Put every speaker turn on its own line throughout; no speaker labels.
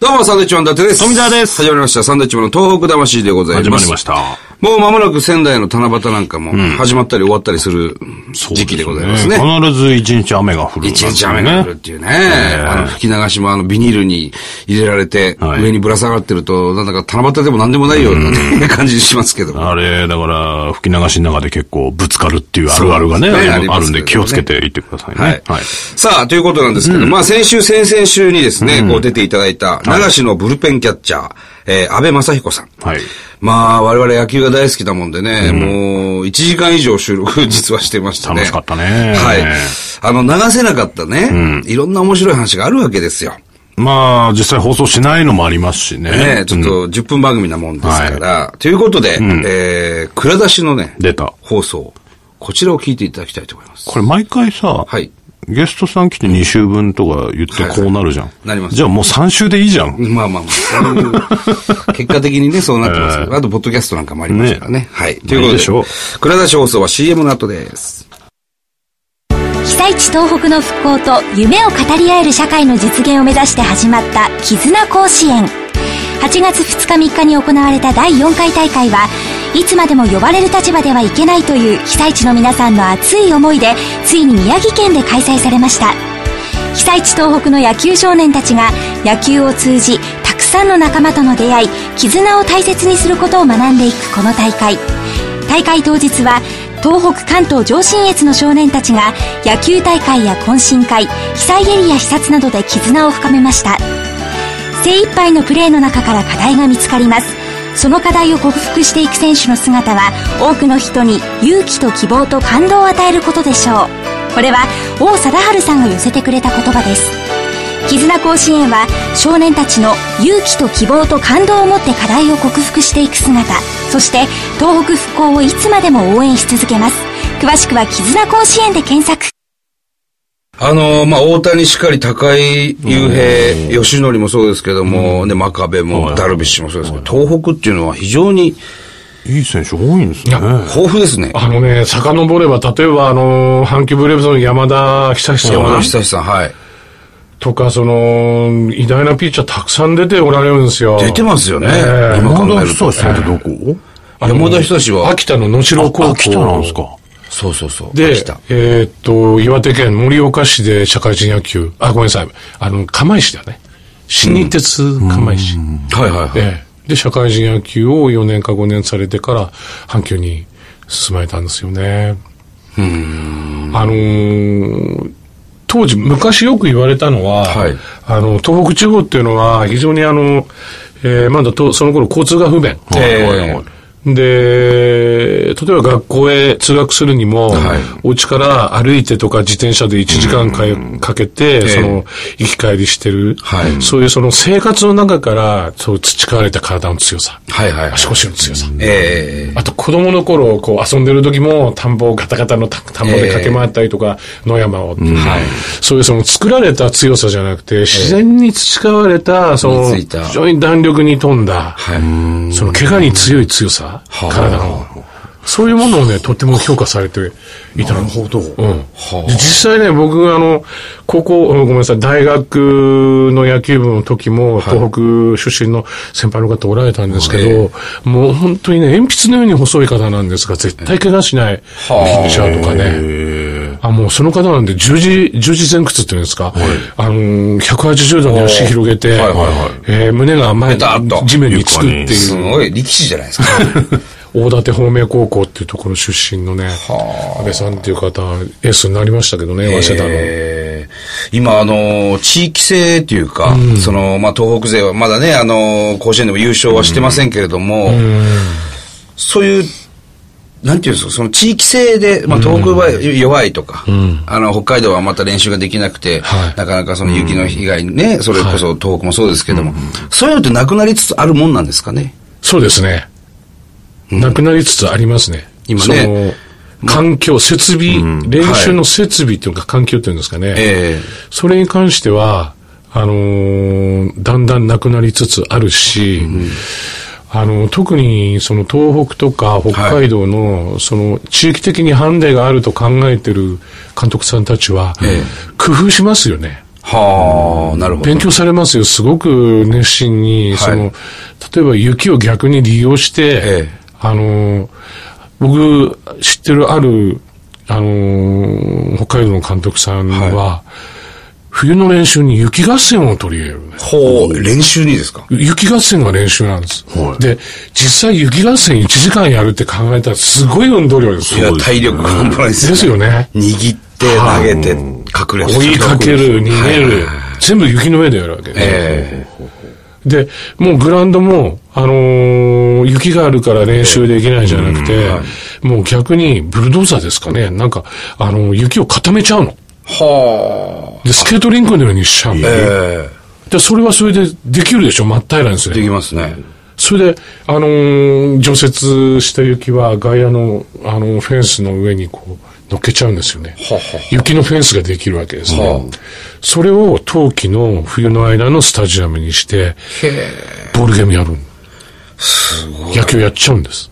どうも、サンドイッチマン伊達です。
富澤です
始まりました。サンドイッチマンの東北魂でございます。
始まりました。
もう間もなく仙台の七夕なんかも、始まったり終わったりする時期でございますね。
必ず一日雨が降る。
一日雨が降るっ。ていうね。あの、吹き流しもあの、ビニールに入れられて、
はい
上にぶら下がってると、なんだか七夕でも何でもないようなね感じしますけども。
あれ、だから、吹き流しの中で結構ぶつかるっていうあるあるがね、
そうですね
あ
あり
る
ます
あるんで気をつけていってくださいね。
はい。
はい。
さあ、ということなんですけど、まあ先週、先々週にですね、こう出ていただいた、流しのブルペンキャッチャー、えー、安倍正彦さん。
はい。
まあ、我々野球が大好きだもんでね、もう、1時間以上収録 実はしてましたね。
楽しかったね
はい。あの、流せなかったね、いろんな面白い話があるわけですよ。
まあ、実際放送しないのもありますしね。
ねちょっと10分番組なもんですから。ということで、えー、蔵出しのね、
出た。
放送、こちらを聞いていただきたいと思います。
これ毎回さ、
はい。
ゲストさん来て2週分とか言ってこうなるじゃん。
なります
じゃあもう3週でいいじゃん。
まあまあまあそう いう、結果的にね、そうなってますけど、あと、ポッドキャストなんかもありましたからね。はい。ということ
いいで
で、
しょう
蔵出し放送は CM の後です。
被災地東北の復興と夢を語り合える社会の実現を目指して始まった絆甲子園8月2日3日に行われた第4回大会はいつまでも呼ばれる立場ではいけないという被災地の皆さんの熱い思いでついに宮城県で開催されました被災地東北の野球少年たちが野球を通じたくさんの仲間との出会い絆を大切にすることを学んでいくこの大会大会当日は東北関東上信越の少年たちが野球大会や懇親会被災エリア視察などで絆を深めました精一杯のプレーの中から課題が見つかりますその課題を克服していく選手の姿は多くの人に勇気と希望と感動を与えることでしょうこれは王貞治さんが寄せてくれた言葉です絆甲子園は少年たちの勇気と希望と感動を持って課題を克服していく姿そして東北復興をいつまでも応援し続けます詳しくは絆甲子園で検索
あのーまあ、大谷しかり、高井雄平、吉典もそうですけども、ね、真壁も、ダルビッシュもそうですけど、東北っていうのは非常に
いい選手多いんですね。
豊富ですね。
あのね、遡れば、例えば、あの、阪急ブレーブスの山田久志さ
山田
ん
久志さん、はい。
とか、その、偉大なピッチャーたくさん出ておられるんですよ。
出てますよね。
ええ
今考
山
え
田
ると
久。志さんってどこ
あの
山田久志は、
秋田の能代高校。
秋田なんですか。
そうそうそう。
で
秋田、
えーっと、岩手県盛岡市で社会人野球、あ、ごめんなさい、あの、釜石だね。新日鉄釜石。
はいはいはい。
ええで、社会人野球を4年か5年されてから、阪急に進まれたんですよね。あのー当時、昔よく言われたのは、
はい
あの、東北地方っていうのは、非常にあの、えーまだと、その頃交通が不便。
え
で、例えば学校へ通学するにも、
はい
お家から歩いてとか自転車で1時間か,、かけて、
ええ
その、行き帰りしてる、
はい
そういうその生活の中から、そう培われた体の強さ、
はいはいはい。
足腰の強さ。
ええ
あと子供の頃、こう遊んでる時も、田んぼをガタガタの田田んぼで駆け回ったりとか、野山を、そういうその作られた強さじゃなくて、自然に培われた、その、
身につい
非
た
常に弾力に富んだ、
はい。
その怪我に強い強さ、体の。そういうものをね、とっても評価されていたなるほど。うん。で実際ね、僕、あの、高校、うんごめんなさい、大学の野球部の時も、東北出身の先輩の方おられたんですけど、もう本当にね、鉛筆のように細い方なんですが、絶対怪我しないピッチャーとかね。あ、もうその方なんで、十字、十字前屈っていうんですか、あのー、180度に足広げて、
はいはいはい
えー胸が前
ペタッと
地面につくっていう。
すごい力士じゃないですか。
大館方面高校っていうところ出身のね、安倍さんっていう方、エースになりましたけどね、早稲田の。
えー今、あのー、地域性っていうか、その、まあ、東北勢はまだね、あのー、甲子園でも優勝はしてませんけれども、そういう、なんていうんですか、その地域性で、まあ、東北は弱いとか、あの、北海道はまた練習ができなくて、
はい
なかなかその雪の被害ね、それこそ東北もそうですけども、そういうのってなくなりつつあるもんなんですかね。
そうですね。なくなりつつありますね。
今
そ
ね
の、環境、設備、練習の設備というか環境っていうんですかね。
え
それに関しては、あのーだんだんなくなりつつあるし、あの、特にその東北とか北海道の、その地域的にハンデがあると考えてる監督さんたちは、
ええ
工夫しますよね。
えはあ、なるほど。
勉強されますよ。すごく熱心に、
い
その、例えば雪を逆に利用して、
ええ
あの、僕、知ってるある、あの、北海道の監督さんは、冬の練習に雪合戦を取り入れるんです。
ほう、練習にですか
雪合戦が練習なんです。で、実際雪合戦1時間やるって考えたらすごい運動量です
い
よ。
や、体力が半端ないですよ
で
ね
すよね。
握って、投げて、隠れて。
追いかける、逃げ
はい
る、全部雪の上でやるわけです。
え
で、もうグラウンドも、あのー雪があるから練習できないじゃなくて、もう逆にブルドーザーですかね、なんか、あのー雪を固めちゃうの。
えは
で、スケートリンクのようにしちゃうの。
あ。え
で、それはそれでできるでしょ、真っ平らにす
え。で
る。
きますね。
それで、あのー除雪した雪は外野の、あのーフェンスの上にこう、乗っけちゃうんですよね。
はあはあ
雪のフェンスができるわけですね。
はあ
それを冬季の冬の間のスタジアムにして、ボールゲームやるん野球やっちゃうんです。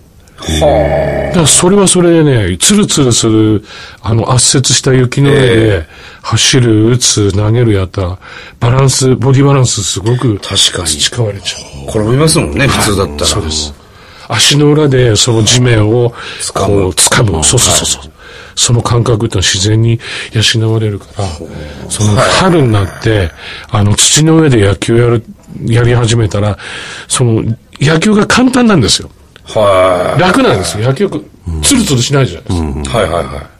だからそれはそれでね、ツルツルする、あの、圧雪した雪の上で、走る、打つ、投げるやったら、バランス、ボディバランスすごく
確かに
培われちゃう。
転びますもんね、普通だったら。
そうです。足の裏でその地面をこ
掴む
う掴む。そうそうそうそう。その感覚ってのは自然に養われるから、その春になって、あの土の上で野球やる、やり始めたら、その野球が簡単なんですよ。
は
楽なんですよ。野球、ツルツルしないじゃないですか。
い。はいはいは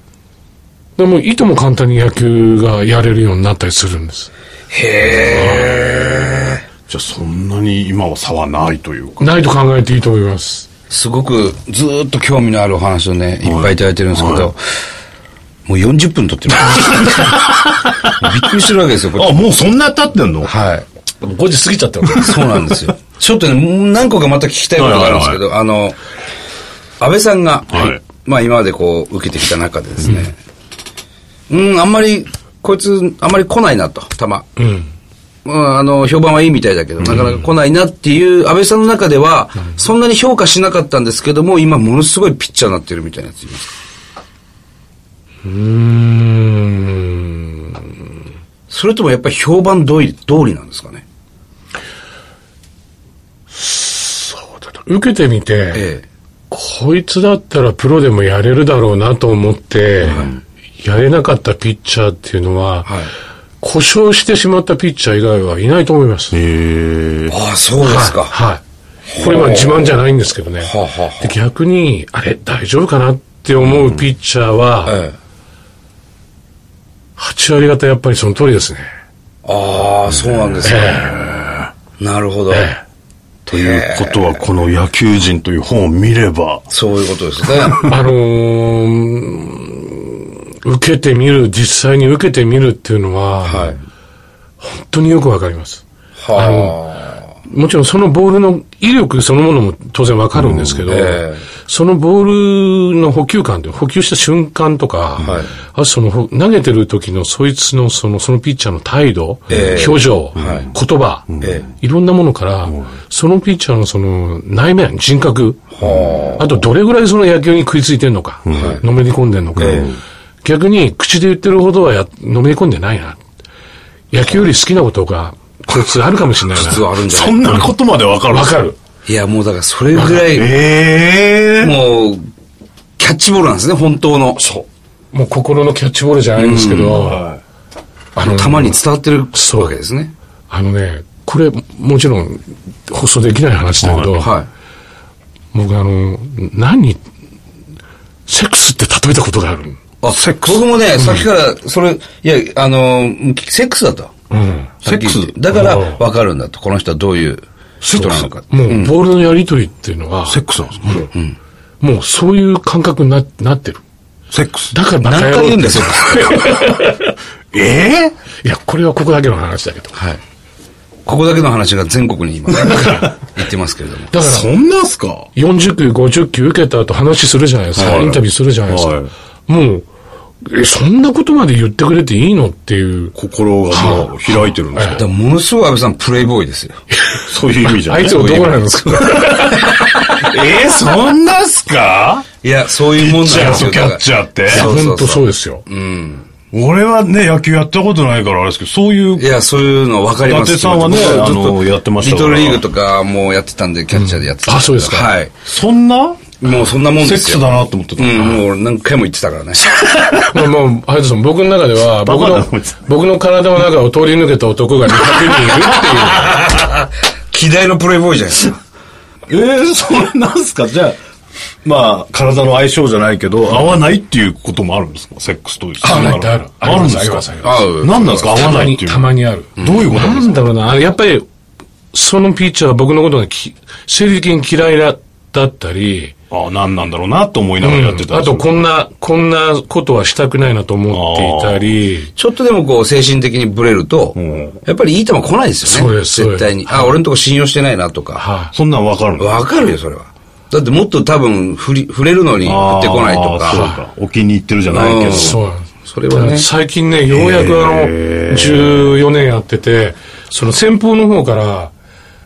でも、いとも簡単に野球がやれるようになったりするんです。
い。へえ。
じゃあそんなに今は差はないというか。
ないと考えていいと思います。
すごくずーっと興味のあるお話をね、いっぱいいただいてるんですけど、もう40分撮って ます。びっくりするわけですよ、こっ
あ、
ち。
もうそんな経ってんの
はい。
5時過ぎちゃったわけ
そうなんですよ。ちょっとね、もう何個かまた聞きたいことがあるんですけど、あの、安倍さんが、
はい
まあ今までこう受けてきた中でですね、うん、あんまり、こいつ、あんまり来ないなと、たま。
うん。
うん、あの、評判はいいみたいだけど、なかなか来ないなっていう、安倍さんの中では、そんなに評価しなかったんですけども、今ものすごいピッチャーになってるみたいなやついます。
うーん。
それともやっぱり評判通り、通りなんですかね。
受けてみて、
え
こいつだったらプロでもやれるだろうなと思って、やれなかったピッチャーっていうのは、
はい
故障してしまったピッチャー以外はいないと思います。
へえ
え。。ああ、そうですか。
はい。これは自慢じゃないんですけどね。
はあはあはあ
で逆に、あれ、大丈夫かなって思うピッチャーは、
ええ
8割方やっぱりその通りですね。
ああ、そうなんです
え
ね。
え
なるほど。
ええ
ということは、この野球人という本を見れば、
そういうこと ですね。
あのー、受けてみる、実際に受けてみるっていうのは、
はい。
本当によくわかります。
は
もちろんそのボールの威力そのものも当然わかるんですけど、
うんええ
そのボールの補給感で、補給した瞬間とか、
はい
あとそのほ投げてる時のそいつのそのそのピッチャーの態度、
ええ
表情、
はい
言葉、
え
いろんなものから、そのピッチャーのその内面、人格、あとどれぐらいその野球に食いついてんのか、のめり込んでんのか、
ええ
逆に口で言ってるほどはやのめり込んでないな。野球より好きなことが、こいつあるかもしれないな。
あ。実はあるんじゃない
そんなことまでわかる
わかる。
いや、もうだからそれぐらい、
ええ。
もう、キャッチボールなんですね、本当の。
もう心のキャッチボールじゃないんですけど、あの、
たまに伝わってる
そう
わけですね。
あのね、これ、もちろん、放送できない話だけど、
は
僕あの、何、セックスって例えたことがある。
い。あ、僕もね、さっきから、それ、いや、あの、セックスだと。
うん。
セックスだから、わかるんだと。この人はどういう人なのか。
もう、ボールのやりとりっていうのは、
セックスなんですか
もうそういう感覚にななってる。
セックス。
だからバカ野
何
郎
回言うん
って
だよ、セックス。
ええ
いや、これはここだけの話だけど。
はい。ここだけの話が全国に今ね、言ってますけれ ども。
だから、
そんなんすか
40球、50球受けた後話するじゃないですか。
はい
インタビューするじゃないですか。
はい
もう、え、そんなことまで言ってくれていいのっていう。
心がもう開いてるんです
だ
か
からものすごい安倍さん、プレイボーイですよ。
そういう意味じゃ
あ
ない
いつはどこなんですか
ええ、そんなんすか
いや、そういうもん
じ
なん
ゃ
で
あ
すよ。
キャッチャーって。
そうそうそう
本当そうですよ。
うん。
俺はね、野球やったことないからあれですけど、そういう
い、や、そういうの分かります。
伊達さんはね
僕ずっと
あのやってました
リ
か
ト
ら
ルリーグとかもやってたんで、キャッチャーでやってた、
うんあそうですか
はい。
そんな
もうそんなもんです
セ
よ。
ックスだなと思ってた。
うん、もう何回も言って たからね。
まあもう、ハヤトさん、僕の中では、僕
バカ
の
なこいつ、
僕の体の中を通り抜けた男が200人いるっ
嫌いのプレイボーイじゃないですか。
ええそれなんすかじゃあ、まあ、体の相性じゃないけど、合わないっていうこともあるんですかセックスと一緒
合わな
だか
いって
ら
ある
あるんです
あり
か
ますあり
ますあ
何
る
なんですか合わ
て
ない
い
って
う。
いう。
たまにある。
どういうこと
なんだろうな、あれやっぱり、そのピッチャーは僕のことがき生理的に嫌いだだったり、
ああ、何なんだろうなと思いながらやってた、
あとこんな、こんなことはしたくないなと思っていたり、
ちょっとでもこう、精神的にブレると、やっぱりいい球来ないですよね。
そうですそう
絶
です
対に。あ、俺のとこ信用してないなとか。
は
そんなんわかるの
わかるよ、それは。だってもっと多分、振り、振れるのに振ってこないと
ああそう
か。
か。お気に入ってるじゃないけ
う
ど
ん。
い。そうなんです。
それはね。
最近ね、ようやくあの、14年やってて、その先方の方から、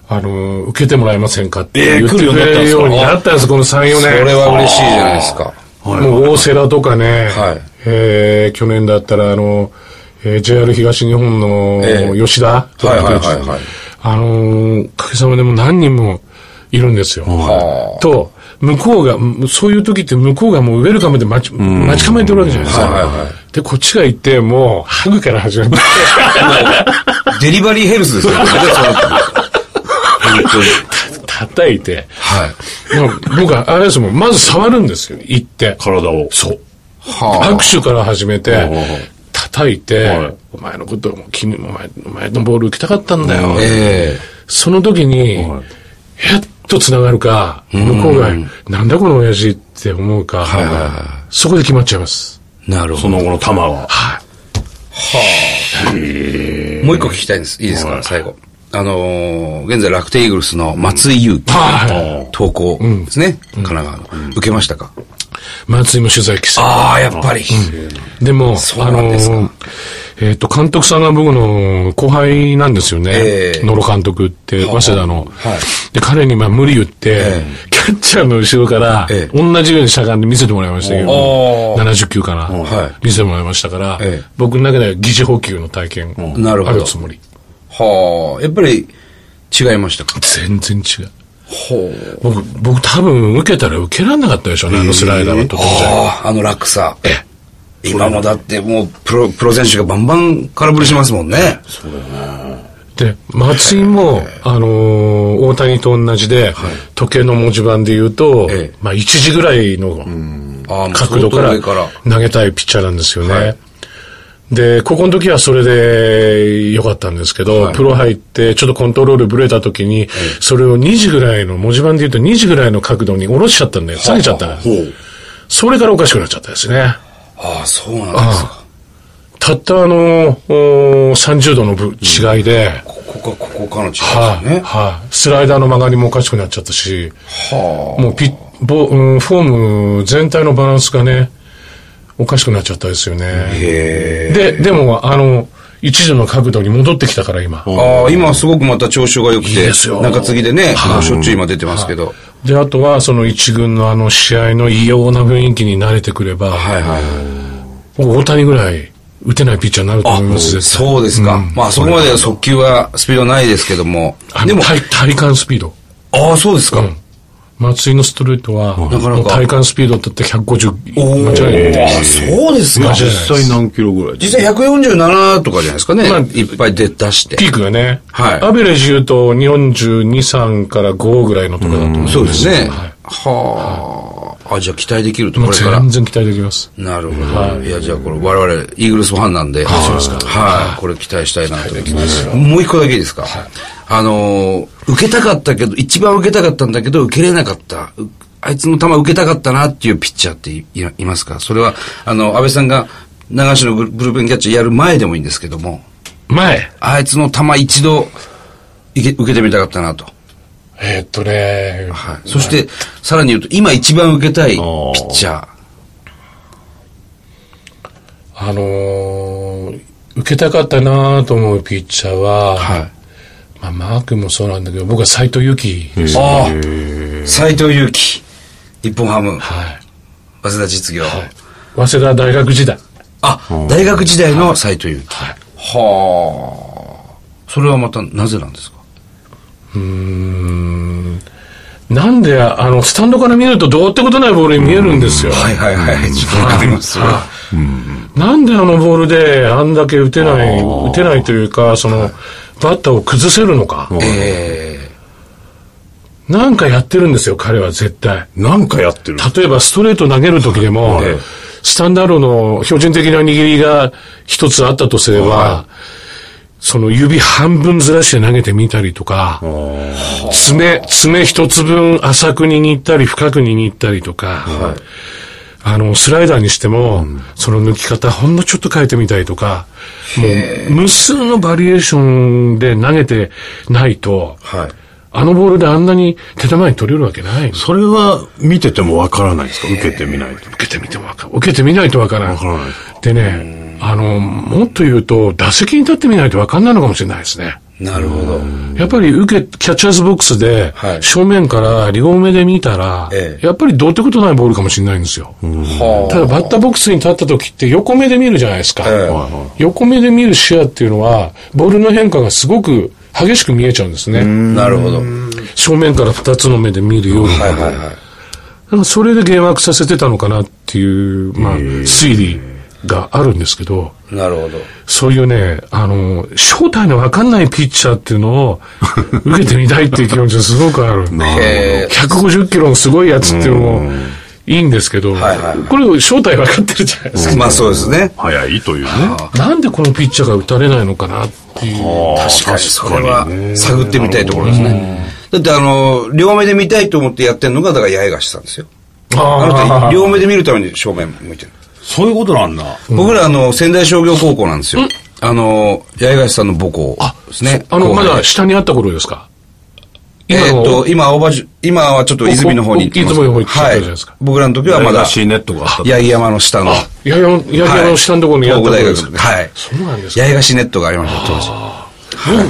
あの、受けてもらえませんかって
ええ
言って
来
く
るようになったんですか
れるようになったんです、この3、4年。
それは嬉しいじゃないですか。
もう大瀬良とかね、
はい
えー去年だったら、あの、えー JR 東日本
え
の
え
吉田とか
はいはいはいはい
あのー、おかげさまでもう何人もいるんですよ。
は
と、向こうが、むそういう時って向こうがもうウェルカムで待ち、待ち構えてるわけじゃないですか。
はいはいは
で、こっちが行って、もう、ハグから始めて、
デリバリーヘルスですよ。それそうなってくる本当に。
叩いて、
はい。
もう僕は、あれですもん、まず触るんですよ、行って。
体を。
そう。
は
握手から始めて
はい、
叩いて、
はい
お前のこと、君、お前、お前のボール受けたかったんだよ。
あ。ええ
その時に、
はい
やっと繋がるか、向こうが、なんだこの親父って思うか、
はいはいは
そこで決まっちゃいます。
なる
そ
ほ
の後の玉は。
ど。もう一個聞きたいんです。いいですか、最後。あのー現在楽天イーグルスの松井裕樹。
はい。
投稿ですね。神奈川の。受けましたか
松井も取材記者。
ああ、やっぱり。
でも、
そう
あ
な
の
んですか
ー、えっ、と、監督さんが僕の後輩なんですよね
え。え
野呂監督って、早稲田の。
はい
で、彼にまあ無理言って、キャッチャーの後ろから、
ええ
同じようにしゃがんで見せてもらいましたけど、
おー
70球かな、
はい
見せてもらいましたから、
ええ
僕の中では疑似補給の体験、
なるほど
あるつもり。
はあ。やっぱり、違いましたか
全然違う。
ほう。
僕、僕多分受けたら受けられなかったでしょうね、あのスライダーは特に。
はあ、あの落差。今もだってもう、プロ、プロ選手がバンバン空振りしますもんね。
で、松井も、あのー大谷と同じで、時計の文字盤で言うと、
ええ
まあ1時ぐらいの
ああ、もう
角
相
度
当
から
上から。
投げたいピッチャーなんですよね。
はい
で、ここの時はそれで良かったんですけど、プロ入ってちょっとコントロールブレた時に、それを2時ぐらいの、文字盤で言うと2時ぐらいの角度に下ろしちゃったんで、下げちゃったんです。それからおかしくなっちゃったですね。
ああ、そうなんですか。
たったあのー、おー30度のぶ違いで、
ここか、ここかの違いです
はい、
ね。
はい、スライダーの曲がりもおかしくなっちゃったし、
は
もうピッボ、うん、フォーム全体のバランスがね、おかしくなっちゃったですよ
あ。
ね。
へえ。
で、でも、あの、一度の角度に戻ってきたから今。
ああ、今すごくまた調子が良く
いい
て
です、よ
中継ぎでね、もうしょっちゅう今出てますけど。
で、あとは、その一軍のあの試合の異様な雰囲気に慣れてくれば、
はいはい。
大谷ぐらい打てないピッチャーになると思います絶対
そうですか。まあ、そこまでは速球はスピードないですけども。
あの
でも、
体体感スピード。
ああ、そうですか。
松井のストレート
な
は、
かなか
もう体感スピードだって150、
おお。
間
あ
違いない。
そうですか。
間違いない
実際何キロぐらい
実際147とかじゃないですかね。
まあ
いっぱい出出して。
ピークがね、
はい
アベレージ言うと42、3から5ぐらいのところだと思うん
そうですね
はい。
はあ。あ、じゃあ期待できると、
も
これ
う
から
全。然期待できます。
なるほど。いや、じゃあこれ、我々、イーグルスファンなんで、はい。これ期待したいなと思います。もう一個だけいいですか。あのー、受けたかったけど、一番受けたかったんだけど、受けれなかった。うあいつの球受けたかったなっていうピッチャーっていいいますかそれは、あの、安倍さんが、流しのブルブルペンキャッチャーやる前でもいいんですけども、
前、
あいつの球一度、いけ受けてみたかったなと。
えーっとね、
はい。そして、さらに言うと、今一番受けたいピッチャー。
あのー受けたかったなと思うピッチャーは、
はい。
まあ、マー君もそうなんだけど、僕は斎藤佑樹です。
ああ、斎藤佑樹、日本ハム、
はい。
早稲田実業。
早稲田大学時代。
ああ、大学時代の斎藤佑樹。はい。はあ。それはまたなぜなんですか
なんで、あの、スタンドから見るとどうってことないボールに見えるんですよ。
はいはいはい。ちょっとわかります。は
なんであのボールであんだけ打てない、打てないというか、その、バッターを崩せるのか。
いえ
なんかやってるんですよ、彼は絶対。
なんかやってる。
例えばストレート投げる時でも
ええ、
スタンダードの標準的な握りが一つあったとすれば、その指半分ずらして投げてみたりとか、爪、爪一つ分浅く握ったり深く握ったりとか、あの、スライダーにしても、その抜き方ほんのちょっと変えてみたりとか、もう無数のバリエーションで投げてないと、
ーはい。
あのボールであんなに手玉に取れるわけないの
それは見ててもわからないですか受けてみないと。
受けてみてもわか受けてみないとわからん。
わからない
でね、あの、もっと言うと、打席に立ってみないとわかんないのかもしれないですね。
なるほど。
やっぱり受け、キャッチャーズボックスで
は、い
正面から両目で見たら、
ええ
やっぱりどうってことないボールかもしれないんですよ。
は
ただバッターボックスに立った時って横目で見るじゃないですか。
ええ
横目で見る視野っていうのは、ボールの変化がすごく激しく見えちゃうんですね。
あ。なるほど。
正面から二つの目で見るよりも。
はいはいはい。
なんかそれで幻惑させてたのかなっていう、まあ、推理があるんですけど、
なるほど。
そういうね、あの、正体のわかんないピッチャーっていう のを受けてみたいっていう気持ちがすごくある。
え
150キロのすごいやつっていうのもいいんですけど、
はいはいはい
これ正体わかってるじゃないです
ー、まあそうですね。
早いというね。
か。なんでこのピッチャーが打たれないのかなっていう。
確かに、それ
確かに
は
ね
探ってみたいところですね。だってあの、両目で見たいと思ってやってんのが、だから八重樫さんですよ。あの人、両目で見るために正面向いてる。
そういうことなんだ。
僕らあの、仙台商業高校なんですよ。あの、八重樫さんの母校ですね。
あの、
後
ま
輩
だ下にあった頃ですか
え
今
ーっ
の
と、今、青葉じ、今はちょっと泉の方に行ってます。
おお出雲の方行っちゃったじゃない
は
で
い
すか。
僕らの時はまだ、
シーネットがあったと
八重山の下の。
やや、ややの下のところにやったところです
東
か
北大学。はい。
そうなんですか
八重樫ネットがありました、当時。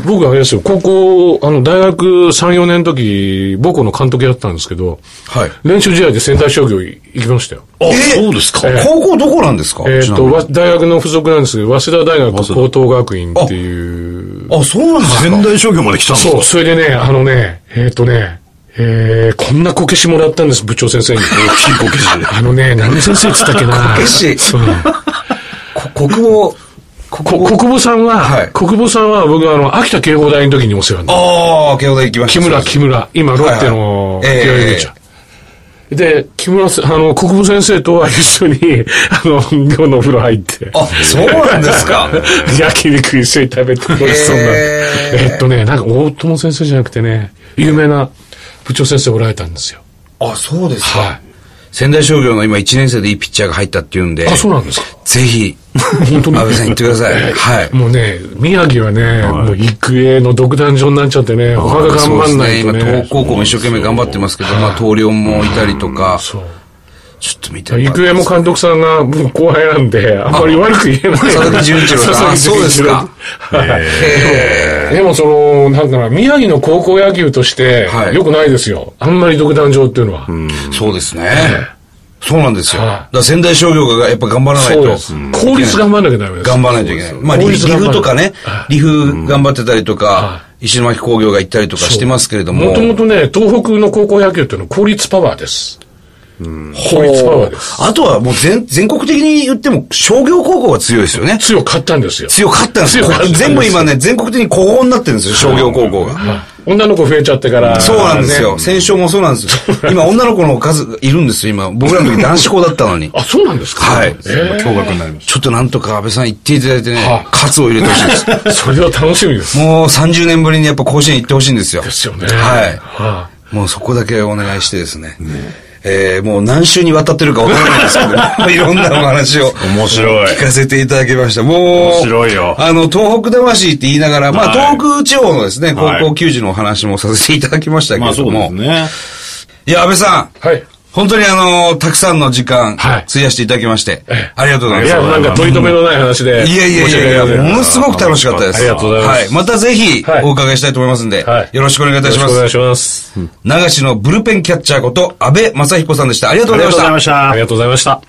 僕僕あれですよ、高校、あの、大学3、4年の時、母校の監督やってたんですけど、
はい。
練習試合で仙台商業行きましたよ。
あ、
え
そうですか。
え
高校どこなんですか
えっ、
ちなみ
と、
に
わ大学の付属なんですけど、早稲田大学高等学院
田
っていう。
あ、そうなんです
仙
か
台商業まで来たんです
そ
か
う、それでね、あのね、えっ、とね、えー、こんなこけしもらったんです、部長先生に。
金庫消しで。
あのね、何先生って言ったっけな。
こけし
そう。
国語、
こ国母さんは、
はい
国母さんは僕はあの、秋田慶応大の時にお世話になった
ああ、慶応大行きました。
木村、木村。今、ロッテの、
はいはい
慶応入れちゃうで、木村さん、あの、国分先生とは一緒に、 あの、寮のお風呂入って。
あ、そうなんですか。
焼肉一緒に食べて、美味しそうな。
へー
えっとね、なんか大友先生じゃなくてね、有名な部長先生おられたんですよ。
あ、そうですか。
は
仙台商業の今1年生でいいピッチャーが入ったっていうんで。
い。あ、そうなんですか。
ぜひ、
本当に
安倍さん行ってください。 はい。
もうね、宮城はね、もう育英の独壇場になっちゃってね、他が頑張んないと
そうですね今、東
ね。
高校も一生懸命頑張ってますけど、まあ、東陵もいたりとか、ちょ
そう。
っと見て
育英も監督さんが僕後輩なんで、あんまり悪く言えない。
佐々木純一郎さん
佐々木純一郎
あ
はい
へ
でもその、なんかな、宮城の高校野球として
は、い
良くないですよ。あんまり独壇場っていうのは。
ーそうですね。そうなんですよ。
はい
だから仙台商業がやっぱ頑張らない
そう
と
で。す。効率頑張らなきゃダメです。
頑張らないといけない。まあ、
効
リ
率
リ
頑張る
フとかね
は、
リフ頑張ってたりと
は
か、石巻工業が行ったりとかしてますけれども。
もともとね、東北の高校野球っていうのは効率パワーです。効率パワーです。
あとはもう全、全国的に言っても商業高校が強いですよね。
強かったんですよ。
強かったんですよ
強かったん。です
全部今ね、全国的に高校になってるんですよ、商業高校が。
女の子増えちゃってから。
そうなんです
ね。
よ。戦勝もそうなんですよ。今、女の子の数がいるんですよ、今。僕らの 時男子校だったのに。
あ、そうなんですか
はい
えー
驚愕になりまし
ちょっとなんとか安倍さん言っていただいてね
はい、
喝を入れてほしいです。
それは楽しみです。
もう30年ぶりにやっぱ甲子園行ってほしいんですよ。で
ですよね。
は。
はい
もうそこだけお願いしてですね。えー、もう何週にわたってるかわからないですけど、 もういろんなお話を。
た。面白い
聞。かせていただきました。もう、
面白いよ
あの、東北魂って言いながら、まあ、
はい
東北地方のですね、
はい
高校球児のお話もさせていただきましたけ
まあ
れ
そ
ど
うで
も、
すね。
いや、安倍さん、
い。はい。
本当にあの、たくさんの時間、
はい
費やしていただきまして、
え
ありがとうござい
い
ます。
や、なんか取り留めのない話で。
いやいやい
申し
や
訳ありませ
い
ん
や、ものすごく楽しかったです。
ありがとうございます
はまたぜひ
はい、
お伺いしたいと思いますんで、
はい
よろしくお願いいたし
よ
ま
ろしくお願い
す。
します。
流しのブルペンキャッチャーこと、安倍正彦さんでした。ありがとう
あ
ご
り
ざ
が
いま
とう
し
ござい
た
ま。した
あり。がとうございました。